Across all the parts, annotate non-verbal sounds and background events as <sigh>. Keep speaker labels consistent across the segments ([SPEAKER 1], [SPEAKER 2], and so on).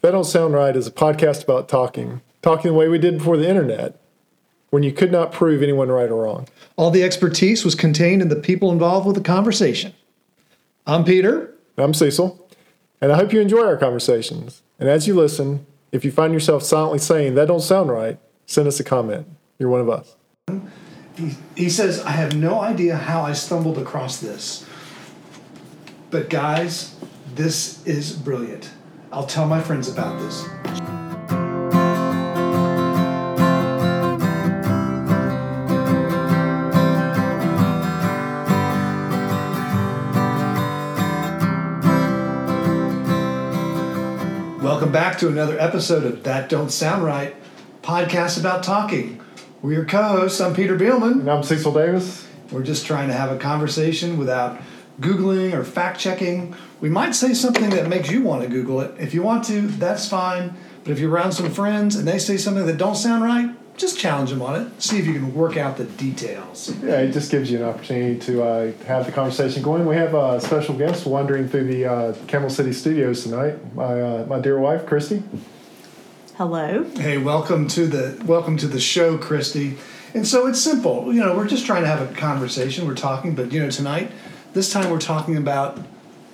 [SPEAKER 1] That Don't Sound Right is a podcast about talking, talking the way we did before the internet, when you could not prove anyone right or wrong.
[SPEAKER 2] All the expertise was contained in the people involved with the conversation. I'm Peter.
[SPEAKER 1] And I'm Cecil, and I hope you enjoy our conversations. And as you listen, if you find yourself silently saying, That don't sound right, send us a comment. You're one of us.
[SPEAKER 2] He, he says, I have no idea how I stumbled across this. But guys, this is brilliant. I'll tell my friends about this. Welcome back to another episode of That Don't Sound Right podcast about talking. We're your co hosts. I'm Peter Bielman.
[SPEAKER 1] And I'm Cecil Davis.
[SPEAKER 2] We're just trying to have a conversation without Googling or fact checking. We might say something that makes you want to Google it. If you want to, that's fine. But if you're around some friends and they say something that don't sound right, just challenge them on it. See if you can work out the details.
[SPEAKER 1] Yeah, it just gives you an opportunity to uh, have the conversation going. We have a special guest wandering through the uh, Camel City studios tonight. My, uh, my dear wife, Christy.
[SPEAKER 3] Hello.
[SPEAKER 2] Hey, welcome to the welcome to the show, Christy. And so it's simple. You know, we're just trying to have a conversation. We're talking, but you know, tonight, this time we're talking about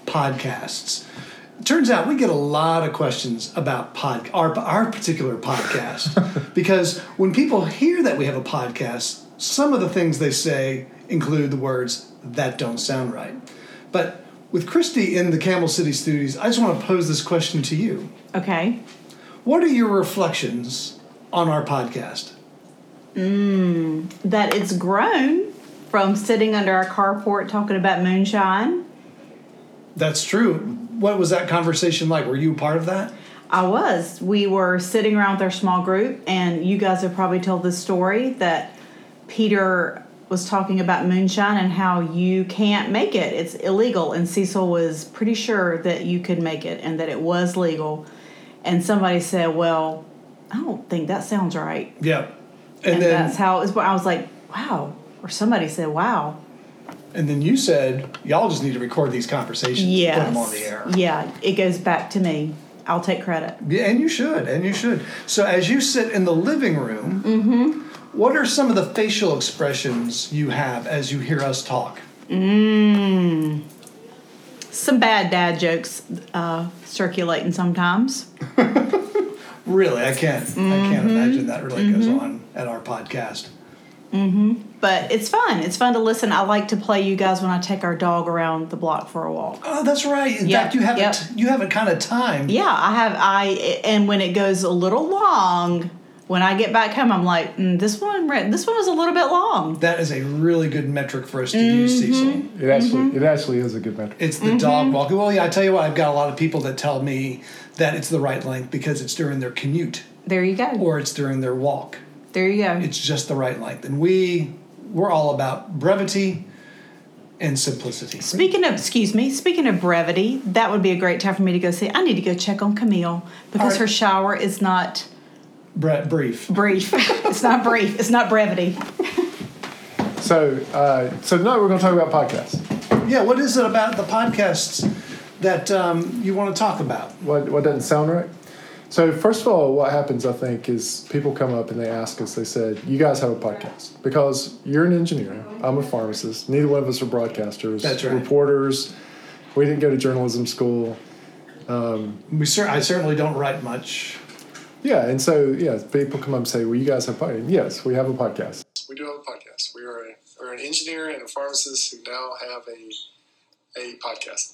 [SPEAKER 2] podcasts. Turns out we get a lot of questions about pod our our particular podcast because when people hear that we have a podcast, some of the things they say include the words that don't sound right. But with Christy in the Camel City Studios, I just want to pose this question to you.
[SPEAKER 3] Okay.
[SPEAKER 2] What are your reflections on our podcast?
[SPEAKER 3] That it's grown from sitting under our carport talking about moonshine.
[SPEAKER 2] That's true. What was that conversation like? Were you a part of that?
[SPEAKER 3] I was. We were sitting around with our small group, and you guys have probably told this story that Peter was talking about moonshine and how you can't make it. It's illegal. And Cecil was pretty sure that you could make it and that it was legal. And somebody said, Well, I don't think that sounds right.
[SPEAKER 2] Yeah. And,
[SPEAKER 3] And,
[SPEAKER 2] then
[SPEAKER 3] that's how it was. born. I was like, Wow. Or somebody said, Wow.
[SPEAKER 2] and then you said, y'all just need to record these conversations and put them on the air.
[SPEAKER 3] Yes. Yeah, it goes back to me. I'll take credit.
[SPEAKER 2] Yeah, and you should, and you should. So as you sit in the living room,
[SPEAKER 3] Mm-hmm.
[SPEAKER 2] what are some of the facial expressions you have as you hear us talk?
[SPEAKER 3] Some bad dad jokes uh, circulating sometimes.
[SPEAKER 2] Really, I can't. I
[SPEAKER 3] Mm-hmm.
[SPEAKER 2] can't imagine that really goes on at our podcast.
[SPEAKER 3] But it's fun. It's fun to listen. I like to play you guys when I take our dog around the block for a walk.
[SPEAKER 2] Oh, that's right. In
[SPEAKER 3] Yeah,
[SPEAKER 2] fact, you have
[SPEAKER 3] yep.
[SPEAKER 2] it. You have it kind of timed.
[SPEAKER 3] Yeah, I have. I and when it goes a little long, when I get back home, I'm like, mm, this one. re- This one was a little bit long.
[SPEAKER 2] That is a really good metric for us to use, Cecil.
[SPEAKER 1] It actually, it actually is a good metric.
[SPEAKER 2] It's the dog walk. Well, yeah, I tell you what, I've got a lot of people that tell me that it's the right length because it's during their commute
[SPEAKER 3] There you go.
[SPEAKER 2] or it's during their walk.
[SPEAKER 3] There you go.
[SPEAKER 2] It's just the right length. And we we're all about brevity and simplicity.
[SPEAKER 3] Speaking of, excuse me, speaking of brevity, that would be a great time for me to go see. I need to go check on Camille because
[SPEAKER 2] right.
[SPEAKER 3] her shower is not
[SPEAKER 2] Bre- brief.
[SPEAKER 3] brief. it's not brief. It's not brevity.
[SPEAKER 1] So, uh, so tonight we're going to talk about podcasts.
[SPEAKER 2] Yeah, what is it about the podcasts that um, you want to talk about?
[SPEAKER 1] what, what doesn't sound right. So first of all, what happens I think is people come up and they ask us. They said, "You guys have a podcast because you're an engineer. I'm a pharmacist. Neither one of us are broadcasters.
[SPEAKER 2] That's right.
[SPEAKER 1] Reporters. We didn't go to journalism school.
[SPEAKER 2] We cer- I certainly don't write much.
[SPEAKER 1] Yeah, and so yeah, people come up and say, "Well, you guys have a podcast." Yes, we have a podcast. We do have a podcast. We are a, we're an engineer and a pharmacist who now have a a podcast.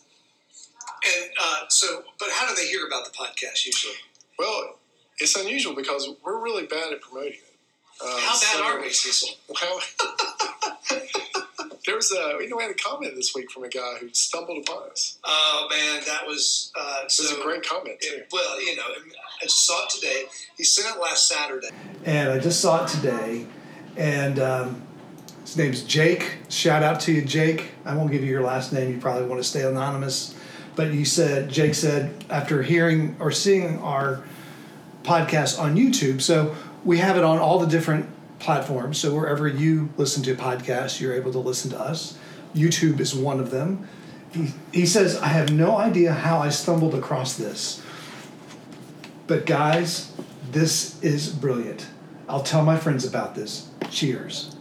[SPEAKER 4] And uh, so, but how do they hear about the podcast usually?
[SPEAKER 1] Well, it's unusual because we're really bad at promoting it. Um,
[SPEAKER 4] How bad are we, Cecil?
[SPEAKER 1] Well, <laughs> there was a you know we had a comment this week from a guy who stumbled upon us.
[SPEAKER 4] Oh man, that was uh,
[SPEAKER 1] It
[SPEAKER 4] so
[SPEAKER 1] was a great comment. Too.
[SPEAKER 4] it- well, you know, I just saw it today. He sent it last Saturday.
[SPEAKER 2] and I just saw it today. And um, his name's Jake. Shout out to you, Jake. I won't give you your last name. You probably want to stay anonymous. But you said Jake said after hearing or seeing our podcast on YouTube. So we have it on all the different platforms. So wherever you listen to podcasts, you're able to listen to us. YouTube is one of them. He, he says, I have no idea how I stumbled across this. But guys, this is brilliant. I'll tell my friends about this. Cheers.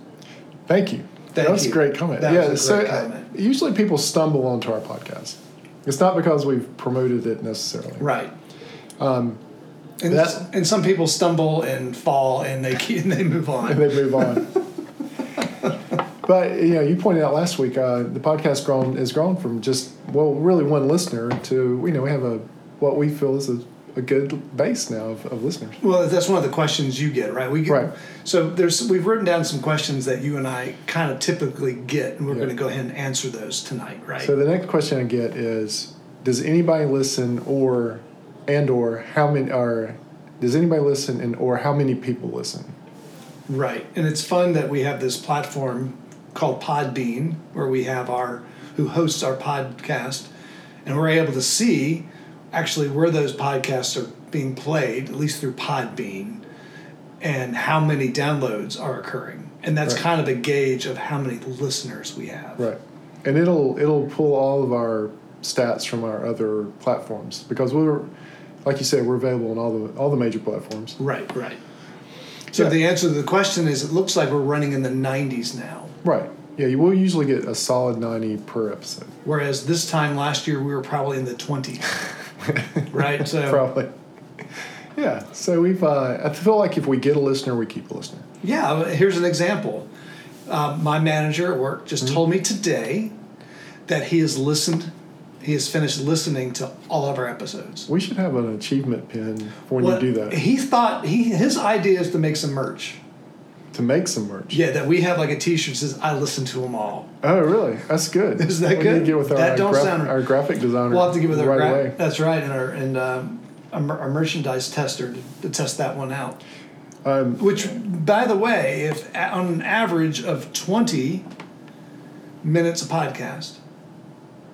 [SPEAKER 1] Thank you.
[SPEAKER 2] Thank
[SPEAKER 1] that was
[SPEAKER 2] you.
[SPEAKER 1] a great comment.
[SPEAKER 2] That
[SPEAKER 1] yeah,
[SPEAKER 2] was a
[SPEAKER 1] so
[SPEAKER 2] great
[SPEAKER 1] uh,
[SPEAKER 2] comment.
[SPEAKER 1] usually people stumble onto our podcast. It's not because we've promoted it necessarily.
[SPEAKER 2] Right. Um, and,
[SPEAKER 1] that-
[SPEAKER 2] s- and some people stumble and fall and they <laughs> keep, and they move on.
[SPEAKER 1] and they move
[SPEAKER 2] <laughs>
[SPEAKER 1] on. but you know, you pointed out last week uh, the podcast grown has grown from just well, really one listener to you know we have a what we feel is a, a good base now of, of listeners.
[SPEAKER 2] Well, that's one of the questions you get, right? We get,
[SPEAKER 1] Right.
[SPEAKER 2] So there's we've written down some questions that you and I kind of typically get, and we're going to go ahead and answer those tonight, right?
[SPEAKER 1] So the next question I get is, does anybody listen or and or how many are does anybody listen and or how many people listen?
[SPEAKER 2] right. And it's fun that we have this platform called Podbean, where we have our who hosts our podcast, and we're able to see actually where those podcasts are being played, at least through Podbean, and how many downloads are occurring, and that's
[SPEAKER 1] Right.
[SPEAKER 2] kind of a gauge of how many listeners we have.
[SPEAKER 1] Right. And it'll it'll pull all of our stats from our other platforms because we're like you said, we're available on all the all the major platforms.
[SPEAKER 2] Right, right. So
[SPEAKER 1] Yeah.
[SPEAKER 2] the answer to the question is it looks like we're running in the 90s now.
[SPEAKER 1] Right. Yeah, you will usually get a solid 90 per episode.
[SPEAKER 2] Whereas this time last year we were probably in
[SPEAKER 1] <laughs>
[SPEAKER 2] the 20s. right? So
[SPEAKER 1] Probably. <laughs> Yeah. So we've uh, I feel like if we get a listener, we keep a listener.
[SPEAKER 2] yeah, uh, here's an example. Uh, my manager at work just
[SPEAKER 1] Mm-hmm.
[SPEAKER 2] told me today that he has listened he has finished listening to all of our episodes.
[SPEAKER 1] We should have an achievement pin for when
[SPEAKER 2] Well,
[SPEAKER 1] you do that
[SPEAKER 2] He thought he his idea is to make some merch.
[SPEAKER 1] to make some merch.
[SPEAKER 2] Yeah, that we have like a T-shirt that says "I listen to them all."
[SPEAKER 1] Oh, really? That's good.
[SPEAKER 2] Is that
[SPEAKER 1] we need
[SPEAKER 2] good?
[SPEAKER 1] to get with our,
[SPEAKER 2] That don't
[SPEAKER 1] graph-
[SPEAKER 2] sound-
[SPEAKER 1] our graphic designer.
[SPEAKER 2] We'll have to give it a
[SPEAKER 1] right
[SPEAKER 2] gra-
[SPEAKER 1] away.
[SPEAKER 2] That's right, and our and um, a, mer- a merchandise tester to, to test that one out.
[SPEAKER 1] Um,
[SPEAKER 2] Which, by the way, if a- on an average of twenty minutes a podcast,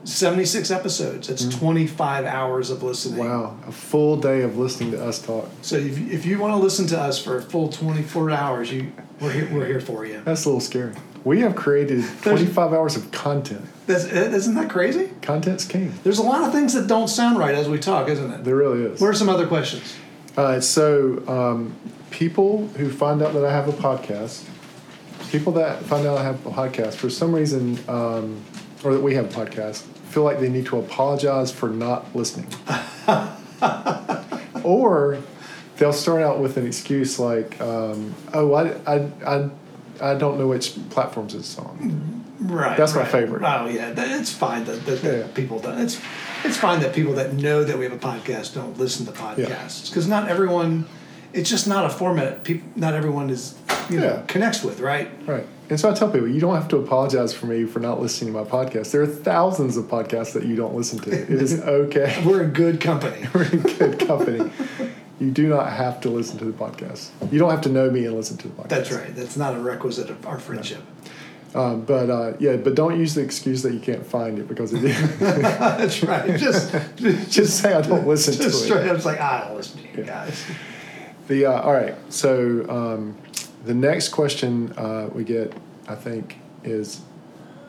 [SPEAKER 2] seventy-six episodes, that's twenty-five hours of listening.
[SPEAKER 1] Mm-hmm. Wow, a full day of listening to us talk.
[SPEAKER 2] So if, if you want to listen to us for a full twenty-four hours, you we're here, we're here for you.
[SPEAKER 1] That's a little scary. We have created 25 hours of content.
[SPEAKER 2] That's, isn't that crazy?
[SPEAKER 1] Content's king.
[SPEAKER 2] There's a lot of things that don't sound right as we talk, isn't it?
[SPEAKER 1] There really is.
[SPEAKER 2] What are some other questions?
[SPEAKER 1] Uh, so, um, people who find out that I have a podcast, people that find out I have a podcast, for some reason, um, or that we have a podcast, feel like they need to apologize for not listening. or they'll start out with an excuse like, um, oh, I, I, I, I don't know which platforms it's on.
[SPEAKER 2] Right.
[SPEAKER 1] That's my
[SPEAKER 2] right.
[SPEAKER 1] favorite.
[SPEAKER 2] Oh yeah, that, it's fine that, that, that
[SPEAKER 1] Yeah.
[SPEAKER 2] people don't. It's it's fine that people that know that we have a podcast don't listen to podcasts because not everyone. It's just not a format. People, not everyone is you know
[SPEAKER 1] Yeah.
[SPEAKER 2] connects with right.
[SPEAKER 1] Right. And so I tell people, you don't have to apologize for me for not listening to my podcast. There are thousands of podcasts that you don't listen to. It is okay.
[SPEAKER 2] We're in good company.
[SPEAKER 1] We're in good company. You do not have to listen to the podcast. You don't have to know me and listen to the podcast.
[SPEAKER 2] That's right. That's not a requisite of our friendship.
[SPEAKER 1] Um, but uh, yeah, but don't use the excuse that you can't find it because it is. <laughs>
[SPEAKER 2] <laughs> That's right. Just just,
[SPEAKER 1] Just say I don't listen to it.
[SPEAKER 2] just straight up, it's like I don't listen to you guys.
[SPEAKER 1] The uh, all right. So um, the next question uh, we get, I think, is,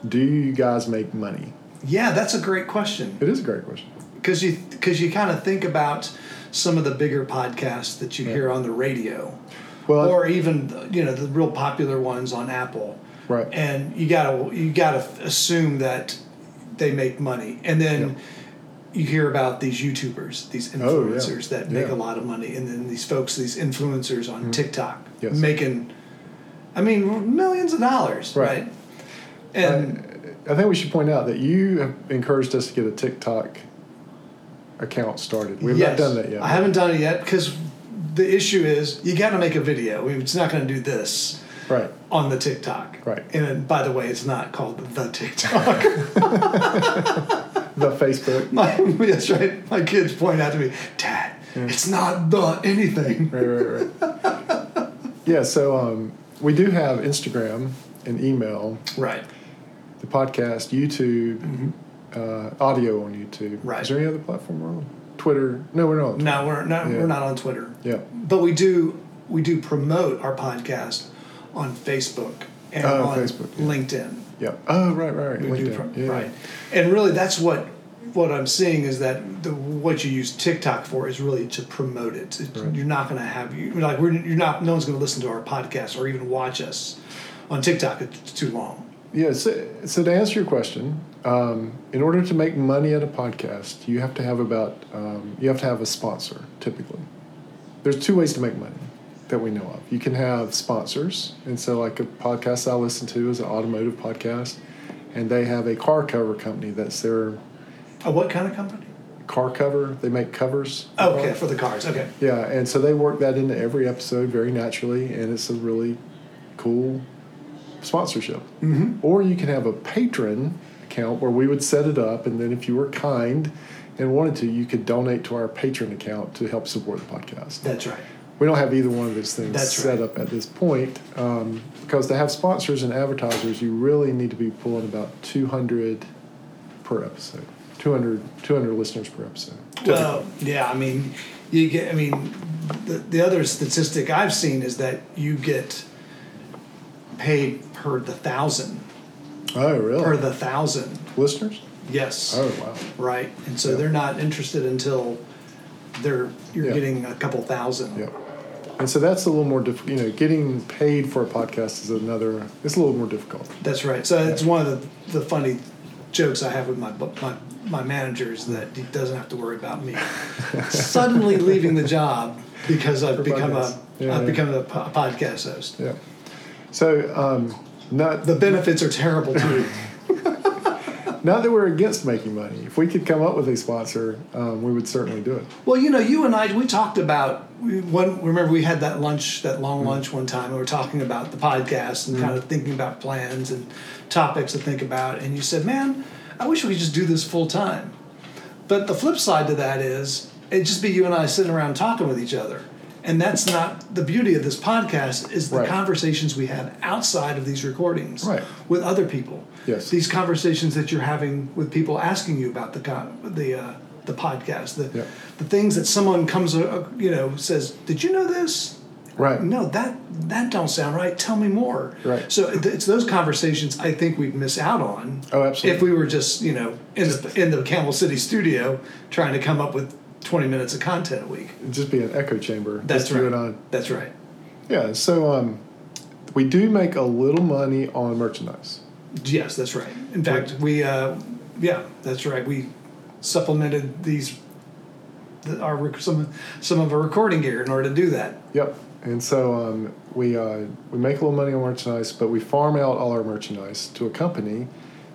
[SPEAKER 1] do you guys make money?
[SPEAKER 2] Yeah, that's a great question.
[SPEAKER 1] It is a great question.
[SPEAKER 2] because you because you kind of think about some of the bigger podcasts that you hear on the radio,
[SPEAKER 1] Well-
[SPEAKER 2] or even you know the real popular ones on Apple,
[SPEAKER 1] Right.
[SPEAKER 2] And you gotta you gotta assume that they make money, and then. You hear about these YouTubers, these
[SPEAKER 1] Oh, yeah.
[SPEAKER 2] influencers that make
[SPEAKER 1] Yeah. Mm-hmm.
[SPEAKER 2] a lot of money, and then these folks, these influencers on TikTok,
[SPEAKER 1] Yes.
[SPEAKER 2] making, I mean, millions of dollars,
[SPEAKER 1] Right.
[SPEAKER 2] right? And
[SPEAKER 1] I think we should point out that you have encouraged us to get a TikTok account started. We have
[SPEAKER 2] Yes.
[SPEAKER 1] not done that yet.
[SPEAKER 2] I haven't done it yet because the issue is you got to make a video. We- It's not going to do this
[SPEAKER 1] Right.
[SPEAKER 2] on the TikTok.
[SPEAKER 1] Right.
[SPEAKER 2] And then, by the way, it's not called the TikTok. <laughs>
[SPEAKER 1] The Facebook.
[SPEAKER 2] My, that's right. My kids point out to me, Dad, it's not the anything.
[SPEAKER 1] right, right, right. <laughs> yeah, so um, we do have Instagram and email,
[SPEAKER 2] Right.
[SPEAKER 1] the podcast, YouTube, uh, audio on YouTube.
[SPEAKER 2] Mm-hmm. Right.
[SPEAKER 1] Is there any other platform we're on? Twitter? No, we're not. on
[SPEAKER 2] No, we're not.
[SPEAKER 1] Yeah.
[SPEAKER 2] We're not on Twitter.
[SPEAKER 1] Twitter. Yeah.
[SPEAKER 2] But we do. We do promote our podcast on Facebook and
[SPEAKER 1] Oh,
[SPEAKER 2] on
[SPEAKER 1] Facebook, yeah.
[SPEAKER 2] LinkedIn.
[SPEAKER 1] Yeah. Oh, right, right, right.
[SPEAKER 2] We do
[SPEAKER 1] LinkedIn.
[SPEAKER 2] pro-
[SPEAKER 1] yeah.
[SPEAKER 2] Right. And really, that's what what I'm seeing is that the, what you use TikTok for is really to promote it. It- You're not going to have you like we're you're not no one's going to listen to our podcast or even watch us on TikTok. It's too long.
[SPEAKER 1] Yeah, so, so to answer your question, um, in order to make money at a podcast, you have to have about um, you have to have a sponsor typically. There's two ways to make money that we know of. You can have sponsors, and so like a podcast I listen to is an automotive podcast, and they have a car cover company that's their
[SPEAKER 2] Oh, what kind of company?
[SPEAKER 1] car cover. They make covers. for
[SPEAKER 2] Okay,
[SPEAKER 1] cars.
[SPEAKER 2] for the cars. Okay.
[SPEAKER 1] Yeah, and so they work that into every episode very naturally, and it's a really cool sponsorship. Mm-hmm. Or you can have a patron account where we would set it up, and then if you were kind and wanted to, you could donate to our patron account to help support the podcast.
[SPEAKER 2] That's right.
[SPEAKER 1] We don't have either one of those things
[SPEAKER 2] That's
[SPEAKER 1] set
[SPEAKER 2] right.
[SPEAKER 1] up at this point um, because to have sponsors and advertisers, you really need to be pulling about 200 per episode, 200, 200 listeners per episode.
[SPEAKER 2] Well, yeah, I mean, you get. I mean, the, the other statistic I've seen is that you get paid per the thousand,
[SPEAKER 1] Oh, really?
[SPEAKER 2] per the thousand.
[SPEAKER 1] listeners?
[SPEAKER 2] Yes.
[SPEAKER 1] Oh, wow.
[SPEAKER 2] Right, and so
[SPEAKER 1] Yeah.
[SPEAKER 2] they're not interested until they're you're
[SPEAKER 1] Yeah.
[SPEAKER 2] getting a couple thousand.
[SPEAKER 1] Yep. And so that's a little more difficult. You know, getting paid for a podcast is another. It's a little more difficult.
[SPEAKER 2] That's right. So it's one of the, the funny jokes I have with my bu- my my manager is that he doesn't have to worry
[SPEAKER 1] <laughs>
[SPEAKER 2] about me suddenly leaving the job because I've become
[SPEAKER 1] podcasts.
[SPEAKER 2] a
[SPEAKER 1] Yeah,
[SPEAKER 2] I've
[SPEAKER 1] yeah.
[SPEAKER 2] become a po- podcast host.
[SPEAKER 1] Yeah. So um, not
[SPEAKER 2] The benefits are terrible too.
[SPEAKER 1] not that we're against making money. If we could come up with a sponsor, um, we would certainly do it.
[SPEAKER 2] Well, you know, you and I, we talked about we- when. Remember, we had that lunch, that long
[SPEAKER 1] Mm-hmm.
[SPEAKER 2] lunch one time, and we were talking about the podcast and kind of thinking about plans and topics to think about. And you said, "Man, I wish we could just do this full time." But the flip side to that is it'd just be you and I sitting around talking with each other. And that's not the beauty of this podcast is the
[SPEAKER 1] Right.
[SPEAKER 2] conversations we have outside of these recordings
[SPEAKER 1] Right.
[SPEAKER 2] with other people.
[SPEAKER 1] Yes.
[SPEAKER 2] These conversations that you're having with people asking you about the con- the uh, the podcast, the
[SPEAKER 1] Yeah.
[SPEAKER 2] the things that someone comes uh, uh, you know says, "Did you know this?"
[SPEAKER 1] Right.
[SPEAKER 2] No, that that don't sound right. Tell me more.
[SPEAKER 1] Right.
[SPEAKER 2] So it- it's those conversations I think we'd miss out on.
[SPEAKER 1] Oh, absolutely.
[SPEAKER 2] If we were just you know in the in the Campbell City studio trying to come up with twenty minutes of content a week.
[SPEAKER 1] It'd just be an echo chamber.
[SPEAKER 2] That's
[SPEAKER 1] just
[SPEAKER 2] right.
[SPEAKER 1] You and I.
[SPEAKER 2] That's right.
[SPEAKER 1] Yeah. So um, we do make a little money on merchandise.
[SPEAKER 2] Yes, that's right. In fact, we uh, yeah, that's right. We supplemented these the, our rec- some some of our recording gear in order to do that.
[SPEAKER 1] Yep. And so um, we uh, we make a little money on merchandise, but we farm out all our merchandise to a company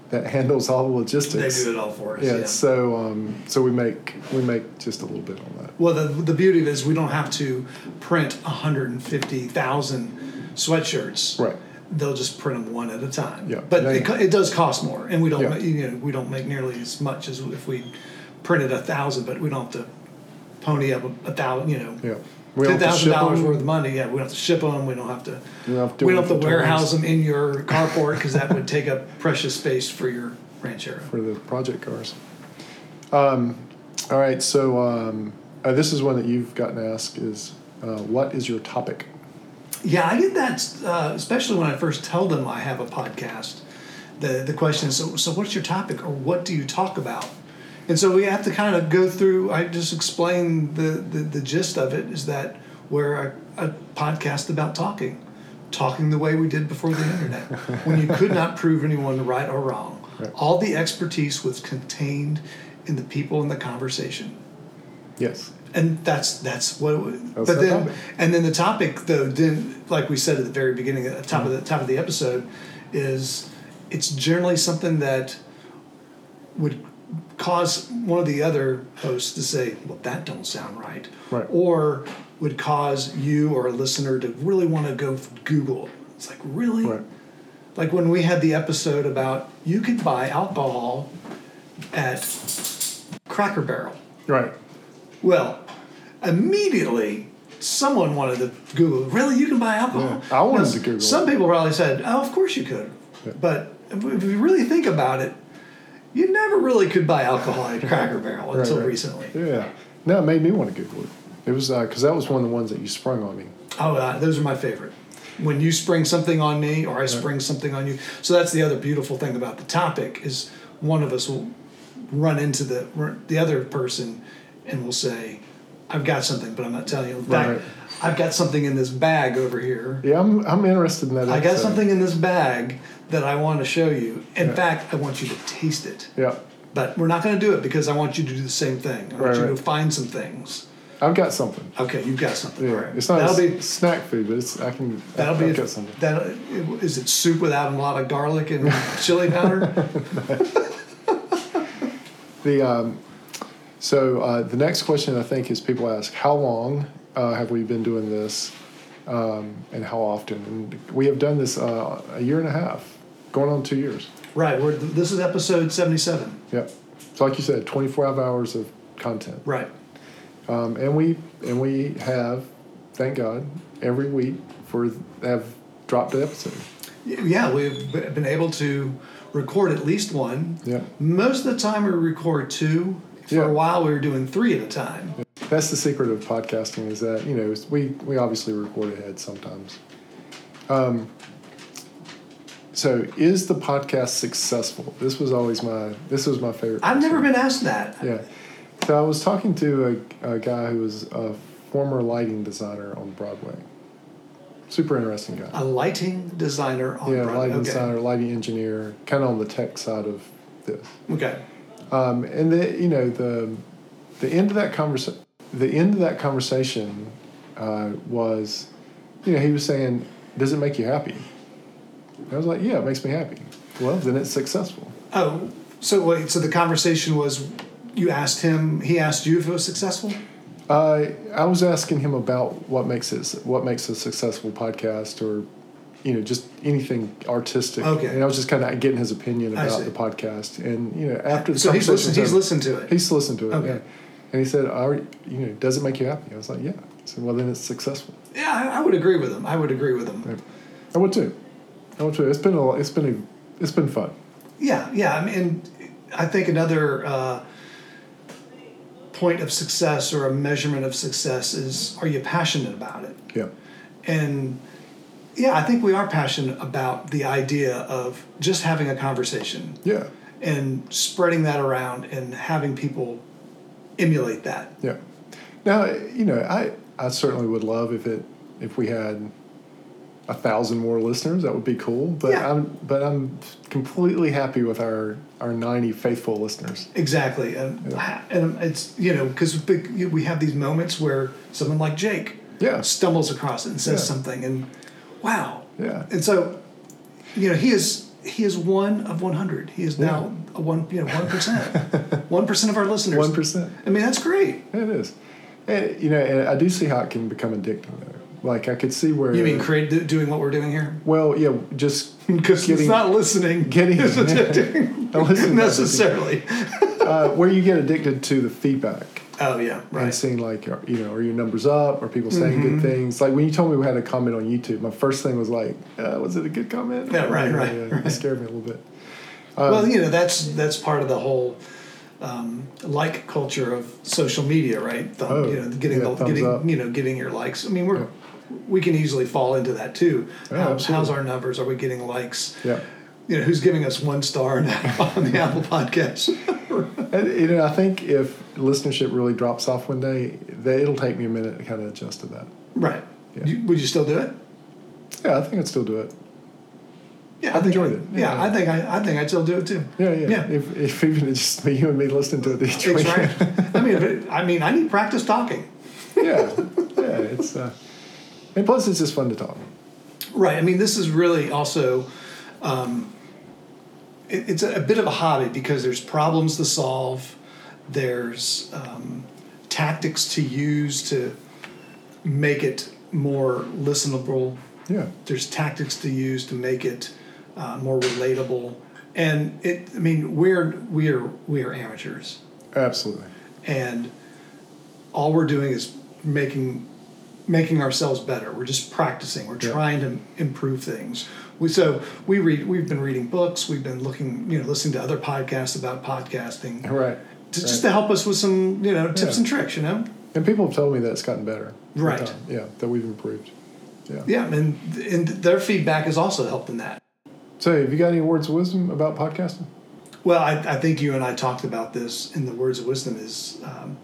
[SPEAKER 1] that handles all the
[SPEAKER 2] They
[SPEAKER 1] logistics.
[SPEAKER 2] do it all for us.
[SPEAKER 1] Yeah,
[SPEAKER 2] Yeah.
[SPEAKER 1] so um, so we make we make just a little bit on that.
[SPEAKER 2] Well, the, the beauty of it is we don't have to print 150,000 sweatshirts.
[SPEAKER 1] Right.
[SPEAKER 2] They'll just print them one at a time.
[SPEAKER 1] Yeah.
[SPEAKER 2] But
[SPEAKER 1] Yeah,
[SPEAKER 2] it,
[SPEAKER 1] yeah.
[SPEAKER 2] co- it does cost more, and we don't
[SPEAKER 1] Yeah.
[SPEAKER 2] ma- you know we don't make nearly as much as if we printed a thousand, but we don't have to pony up a, a thousand. You know.
[SPEAKER 1] Yeah, we don't have
[SPEAKER 2] Ten
[SPEAKER 1] to
[SPEAKER 2] thousand
[SPEAKER 1] ship
[SPEAKER 2] dollars
[SPEAKER 1] them.
[SPEAKER 2] worth of money. Yeah, we don't have to ship them. We don't have to.
[SPEAKER 1] We don't have to do
[SPEAKER 2] we don't have to
[SPEAKER 1] inventories.
[SPEAKER 2] warehouse them in your carport because that would take up precious space for your ranchero.
[SPEAKER 1] for the project cars. Um, all right, so um, uh, this is one that you've gotten asked is uh, what is your topic?
[SPEAKER 2] Yeah, I get that, uh, especially when I first tell them I have a podcast. The the question is, so, so what's your topic, or what do you talk about? And so we have to kind of go through. I just explain the the, the gist of it is that we're a, a podcast about talking, talking the way we did before the internet, when you could not prove anyone right or wrong. All the expertise was contained in the people in the conversation
[SPEAKER 1] Yes,
[SPEAKER 2] and that's that's what. It would,
[SPEAKER 1] That's
[SPEAKER 2] but
[SPEAKER 1] the
[SPEAKER 2] then,
[SPEAKER 1] topic.
[SPEAKER 2] and then the topic though, then like we said at the very beginning, at the top of the top of the episode, is it's generally something that would cause one of the other hosts to say, "Well, that don't sound right,"
[SPEAKER 1] Right.
[SPEAKER 2] or would cause you or a listener to really want to go Google. It's like really,
[SPEAKER 1] right,
[SPEAKER 2] like when we had the episode about you could buy alcohol at Cracker Barrel.
[SPEAKER 1] right,
[SPEAKER 2] Well, immediately someone wanted to Google. Really, you can buy alcohol?
[SPEAKER 1] Yeah, I wanted
[SPEAKER 2] Now,
[SPEAKER 1] to Google
[SPEAKER 2] Some
[SPEAKER 1] it.
[SPEAKER 2] people probably said, "Oh, of course you could," but if if you really think about it, you never really could buy alcohol at Cracker Barrel
[SPEAKER 1] right,
[SPEAKER 2] until
[SPEAKER 1] right.
[SPEAKER 2] recently.
[SPEAKER 1] Yeah, no, it made me want to Google it. It was because that was one of the ones that you sprung on me.
[SPEAKER 2] Oh, uh, those are my favorite. When you spring something on me, or I spring something on you. So that's the other beautiful thing about the topic is one of us will run into the run- the other person and will say, "I've got something, but I'm not telling you." In fact,
[SPEAKER 1] Right.
[SPEAKER 2] I've got something in this bag over here.
[SPEAKER 1] Yeah, I'm, I'm interested in that.
[SPEAKER 2] I got
[SPEAKER 1] episode.
[SPEAKER 2] something in this bag that I want to show you. In
[SPEAKER 1] Yeah.
[SPEAKER 2] fact, I want you to taste it.
[SPEAKER 1] Yeah,
[SPEAKER 2] But we're not going to do it because I want you to do the same thing. I want
[SPEAKER 1] Right,
[SPEAKER 2] you
[SPEAKER 1] right.
[SPEAKER 2] to find some things.
[SPEAKER 1] I've got something.
[SPEAKER 2] Okay, you've got something.
[SPEAKER 1] Yeah,
[SPEAKER 2] All right.
[SPEAKER 1] it's not
[SPEAKER 2] that'll
[SPEAKER 1] a
[SPEAKER 2] be
[SPEAKER 1] s- snack food, but it's I can.
[SPEAKER 2] that'll
[SPEAKER 1] I've
[SPEAKER 2] be
[SPEAKER 1] got something.
[SPEAKER 2] that is it soup without a lot of garlic and
[SPEAKER 1] <laughs>
[SPEAKER 2] chili powder?
[SPEAKER 1] The um, so uh, the next question I think is people ask how long uh, have we been doing this, um, and how often? And we have done this uh, a year and a half, going on two years.
[SPEAKER 2] right. We're, this is episode seventy-seven.
[SPEAKER 1] Yep. So like you said, 25 hours of content.
[SPEAKER 2] Right.
[SPEAKER 1] Um, and we and we have, thank God, every week for have dropped an episode.
[SPEAKER 2] Yeah, we've b- been able to record at least one.
[SPEAKER 1] Yeah.
[SPEAKER 2] Most of the time, we record two. For
[SPEAKER 1] Yeah.
[SPEAKER 2] a while, we were doing three at a time.
[SPEAKER 1] That's the secret of podcasting is that you know is we we obviously record ahead sometimes. Um, so is the podcast successful? This was always my this was my favorite.
[SPEAKER 2] I've never
[SPEAKER 1] question.
[SPEAKER 2] been asked that.
[SPEAKER 1] Yeah. So I was talking to a, a guy who was a former lighting designer on Broadway. Super interesting guy.
[SPEAKER 2] A lighting designer on
[SPEAKER 1] yeah,
[SPEAKER 2] Broadway.
[SPEAKER 1] lighting
[SPEAKER 2] okay.
[SPEAKER 1] designer, lighting engineer, kind of on the tech side of this.
[SPEAKER 2] Okay.
[SPEAKER 1] Um, and the you know the the end of that conversation the end of that conversation uh, was you know he was saying does it make you happy? And I was like yeah it makes me happy. Well then it's successful.
[SPEAKER 2] Oh, so wait. So the conversation was, you asked him. He asked you if it was successful.
[SPEAKER 1] Uh, I was asking him about what makes it what makes a successful podcast or you know just anything artistic.
[SPEAKER 2] Okay.
[SPEAKER 1] And I was just kind of getting his opinion
[SPEAKER 2] I
[SPEAKER 1] about
[SPEAKER 2] see.
[SPEAKER 1] the podcast and you know after the
[SPEAKER 2] So he's
[SPEAKER 1] conversation
[SPEAKER 2] listened.
[SPEAKER 1] was
[SPEAKER 2] He's
[SPEAKER 1] over-
[SPEAKER 2] listened to it.
[SPEAKER 1] He's listened to it.
[SPEAKER 2] Okay.
[SPEAKER 1] yeah. And he said, "Are you know? Does it make you happy?" I was like, "Yeah." He said, "Well, then it's successful."
[SPEAKER 2] yeah, I, I would agree with him. I would agree with him.
[SPEAKER 1] I would too. I would too. It's been a. It's been a. It's been fun.
[SPEAKER 2] Yeah, yeah. I mean, I think another uh, point of success or a measurement of success is are you passionate about it?
[SPEAKER 1] Yeah.
[SPEAKER 2] And yeah, I think we are passionate about the idea of just having a conversation
[SPEAKER 1] Yeah.
[SPEAKER 2] and spreading that around and having people emulate that.
[SPEAKER 1] Yeah. Now you know I. I certainly would love if it if we had a thousand more listeners. That would be cool. But
[SPEAKER 2] Yeah.
[SPEAKER 1] I'm but I'm completely happy with our our ninety faithful listeners.
[SPEAKER 2] Exactly, and and it's you know because we have these moments where someone like Jake
[SPEAKER 1] Yeah.
[SPEAKER 2] uh, stumbles across it and says
[SPEAKER 1] Yeah.
[SPEAKER 2] something, and wow,
[SPEAKER 1] Yeah.
[SPEAKER 2] and so you know he is he is one of one hundred. He is now a one you know one
[SPEAKER 1] <laughs>
[SPEAKER 2] percent, one percent of our listeners.
[SPEAKER 1] One percent.
[SPEAKER 2] I mean that's great.
[SPEAKER 1] It is. And, you know, and I do see how it can become addicting though. Like I could see where
[SPEAKER 2] You mean create do- doing what we're doing here?
[SPEAKER 1] Well, yeah, just
[SPEAKER 2] Because it's
[SPEAKER 1] Getting-
[SPEAKER 2] not listening <laughs>
[SPEAKER 1] getting <laughs>
[SPEAKER 2] is addicting
[SPEAKER 1] I listen to-
[SPEAKER 2] <laughs> necessarily.
[SPEAKER 1] uh, where you get addicted to the feedback
[SPEAKER 2] Oh yeah,
[SPEAKER 1] and
[SPEAKER 2] right. Mm-hmm.
[SPEAKER 1] seeing like are- you know are your numbers up? Are people saying good things? Like when you told me we had a comment on YouTube, my first thing was like, uh, was it a good comment?
[SPEAKER 2] Yeah, right,
[SPEAKER 1] Yeah,
[SPEAKER 2] right,
[SPEAKER 1] yeah, It
[SPEAKER 2] right.
[SPEAKER 1] scared me a little bit. Um,
[SPEAKER 2] well, you know that's that's part of the whole um, like culture of social media, right? Thumb,
[SPEAKER 1] Oh,
[SPEAKER 2] you know, getting
[SPEAKER 1] yeah,
[SPEAKER 2] the
[SPEAKER 1] thumbs
[SPEAKER 2] getting
[SPEAKER 1] up.
[SPEAKER 2] you know getting your likes. I mean, we're we can easily fall into that too.
[SPEAKER 1] Yeah,
[SPEAKER 2] How,
[SPEAKER 1] absolutely.
[SPEAKER 2] how's our numbers? Are we getting likes?
[SPEAKER 1] Yeah.
[SPEAKER 2] You know, who's giving us one star <laughs> on the Apple Podcast? <laughs>
[SPEAKER 1] And, you know, I think if listenership really drops off one day, they, it'll take me a minute to kind of adjust to that.
[SPEAKER 2] right.
[SPEAKER 1] Yeah.
[SPEAKER 2] You, would you still do it?
[SPEAKER 1] Yeah, I think I'd still do it.
[SPEAKER 2] Yeah,
[SPEAKER 1] I've
[SPEAKER 2] think-
[SPEAKER 1] enjoyed it.
[SPEAKER 2] Yeah,
[SPEAKER 1] Yeah.
[SPEAKER 2] I think I, I think I'd still do it too.
[SPEAKER 1] Yeah, yeah.
[SPEAKER 2] yeah.
[SPEAKER 1] If, if even <laughs> it's just me, you and me listening to it each
[SPEAKER 2] It's
[SPEAKER 1] week.
[SPEAKER 2] right. I mean, if it, I mean, I need practice talking.
[SPEAKER 1] <laughs> yeah, yeah. It's uh, and plus it's just fun to talk.
[SPEAKER 2] Right. I mean, this is really also, um, it, it's a, bit of a hobby because there's problems to solve, there's um, tactics to use to make it more listenable,
[SPEAKER 1] Yeah,
[SPEAKER 2] there's tactics to use to make it uh, more relatable. And it, I mean, we're we're we are amateurs,
[SPEAKER 1] absolutely.
[SPEAKER 2] and all we're doing is making making ourselves better. We're just practicing. We're
[SPEAKER 1] Yeah.
[SPEAKER 2] trying to improve things. We, so we read. We've been reading books. We've been looking, you know, listening to other podcasts about podcasting,
[SPEAKER 1] Right.
[SPEAKER 2] to, just to help us with some, you know, tips
[SPEAKER 1] Yeah.
[SPEAKER 2] and tricks. You know,
[SPEAKER 1] And people have told me that it's gotten better. with
[SPEAKER 2] Right.
[SPEAKER 1] time. Yeah, that we've improved. Yeah.
[SPEAKER 2] yeah, and and their feedback is also helping that.
[SPEAKER 1] So, have you got any words of wisdom about podcasting?
[SPEAKER 2] Well, I, I think you and I talked about this in the words of wisdom. Is um,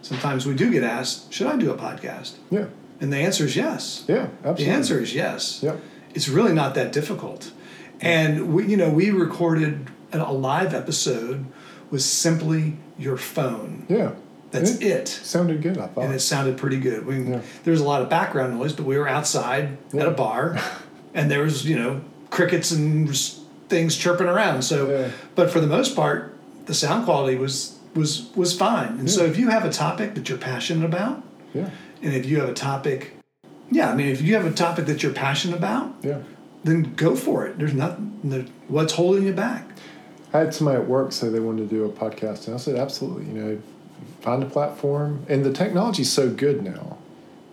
[SPEAKER 2] sometimes we do get asked, "Should I do a podcast?"
[SPEAKER 1] Yeah.
[SPEAKER 2] And the answer is yes.
[SPEAKER 1] Yeah. Absolutely.
[SPEAKER 2] The answer is yes.
[SPEAKER 1] Yep.
[SPEAKER 2] It's really not that difficult. And we, you know, we recorded an, a live episode with simply your phone.
[SPEAKER 1] Yeah.
[SPEAKER 2] That's
[SPEAKER 1] And
[SPEAKER 2] it.
[SPEAKER 1] Sounded good. I
[SPEAKER 2] And it
[SPEAKER 1] thought.
[SPEAKER 2] sounded pretty good. We,
[SPEAKER 1] Yeah.
[SPEAKER 2] There was a lot of background noise, but we were outside at
[SPEAKER 1] Yeah.
[SPEAKER 2] a
[SPEAKER 1] <laughs>
[SPEAKER 2] bar, and there was you know crickets and s- things chirping around. So,
[SPEAKER 1] Yeah.
[SPEAKER 2] but for the most part, the sound quality was was was fine. And so,
[SPEAKER 1] Yeah.
[SPEAKER 2] if you have a topic that you're passionate about,
[SPEAKER 1] Yeah.
[SPEAKER 2] and if you have a topic, yeah, I mean, if you have a topic that you're passionate about,
[SPEAKER 1] Yeah.
[SPEAKER 2] then go for it. There's nothing. There, what's holding you back?
[SPEAKER 1] I had somebody at work say they wanted to do a podcast, and I said, absolutely. You know, find a platform, and the technology's so good now.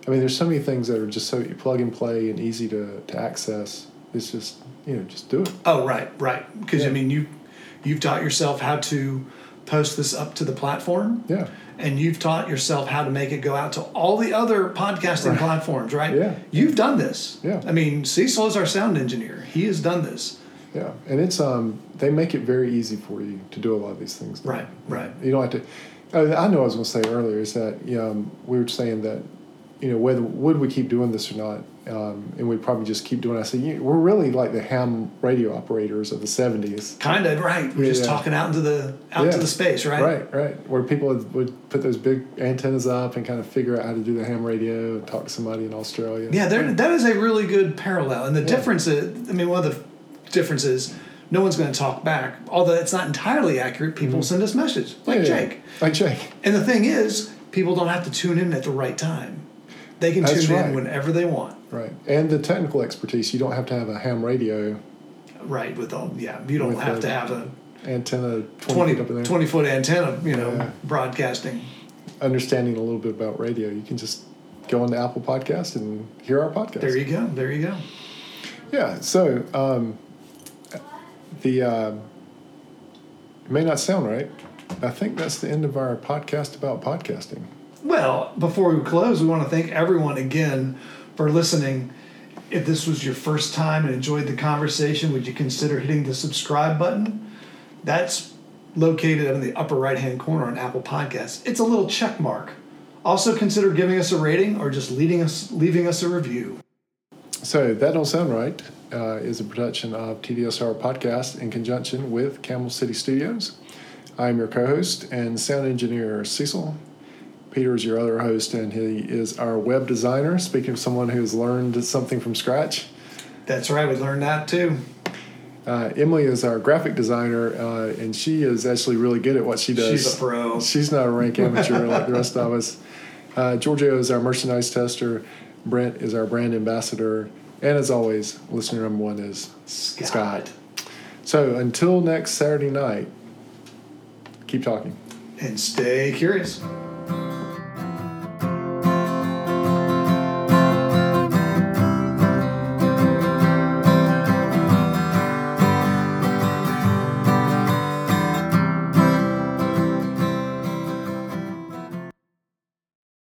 [SPEAKER 1] I mean, there's so many things that are just so plug and play and easy to, to access. It's just you know, just do it.
[SPEAKER 2] Oh, right, right. Because I
[SPEAKER 1] Yeah.
[SPEAKER 2] mean, you you've taught yourself how to post this up to the platform.
[SPEAKER 1] Yeah,
[SPEAKER 2] and you've taught yourself how to make it go out to all the other podcasting platforms, right?
[SPEAKER 1] Yeah.
[SPEAKER 2] You've done this.
[SPEAKER 1] Yeah.
[SPEAKER 2] I mean, Cecil is our sound engineer. He has done this.
[SPEAKER 1] yeah. And it's um, they make it very easy for you to do a lot of these things. now.
[SPEAKER 2] Right, right.
[SPEAKER 1] You don't have to. oh, I know what I was going to say earlier is that um, we were saying that, you know, whether would we keep doing this or not, um, and we'd probably just keep doing. It. I said you, we're really like the ham radio operators of the '70s.
[SPEAKER 2] Kind of, right. We're
[SPEAKER 1] Yeah,
[SPEAKER 2] just
[SPEAKER 1] yeah.
[SPEAKER 2] talking out into the out to
[SPEAKER 1] Yeah.
[SPEAKER 2] the space, right?
[SPEAKER 1] Right, right. Where people would, would put those big antennas up and kind of figure out how to do the ham radio and talk to somebody in Australia.
[SPEAKER 2] Yeah, there, that is a really good parallel. And the difference is, I mean, one of the differences, no one's going to talk back. Although that's not entirely accurate, people send us messages, like
[SPEAKER 1] Mm-hmm. Yeah, yeah.
[SPEAKER 2] Jake.
[SPEAKER 1] Like Jake.
[SPEAKER 2] And the thing is, people don't have to tune in at the right time. They can
[SPEAKER 1] That's
[SPEAKER 2] tune in
[SPEAKER 1] right.
[SPEAKER 2] whenever they want.
[SPEAKER 1] Right. And the technical expertise, you don't have to have a ham radio
[SPEAKER 2] Right, with all, yeah, you don't
[SPEAKER 1] With
[SPEAKER 2] have
[SPEAKER 1] the-
[SPEAKER 2] to have a
[SPEAKER 1] antenna 20,
[SPEAKER 2] 20,
[SPEAKER 1] feet up in there.
[SPEAKER 2] 20 foot antenna, you know,
[SPEAKER 1] Yeah.
[SPEAKER 2] broadcasting.
[SPEAKER 1] Understanding a little bit about radio, you can just go on the Apple Podcast and hear our podcast.
[SPEAKER 2] There you go. There you go.
[SPEAKER 1] Yeah. So um, the um it may not sound right. I think that's the end of our podcast about podcasting.
[SPEAKER 2] Well, before we close, we want to thank everyone again for listening. If this was your first time and enjoyed the conversation, would you consider hitting the subscribe button? That's located in the upper right hand corner on Apple Podcasts. It's a little check mark. Also consider giving us a rating or just leading us leaving us a review.
[SPEAKER 1] So that don't sound right uh, is a production of TDSR podcast in conjunction with Camel City Studios. I'm your co-host and sound engineer Cecil. Peter is your other host, and he is our web designer. Speaking of someone who's learned something from scratch,
[SPEAKER 2] That's right, we learned that too.
[SPEAKER 1] uh, Emily is our graphic designer, uh, and she is actually really good at what she does.
[SPEAKER 2] She's a pro.
[SPEAKER 1] She's not a rank amateur like the rest of us. Uh, Giorgio is our merchandise tester. Brent is our brand ambassador. And as always, listener number one is Scott. So until next Saturday night, keep talking.
[SPEAKER 2] And stay curious.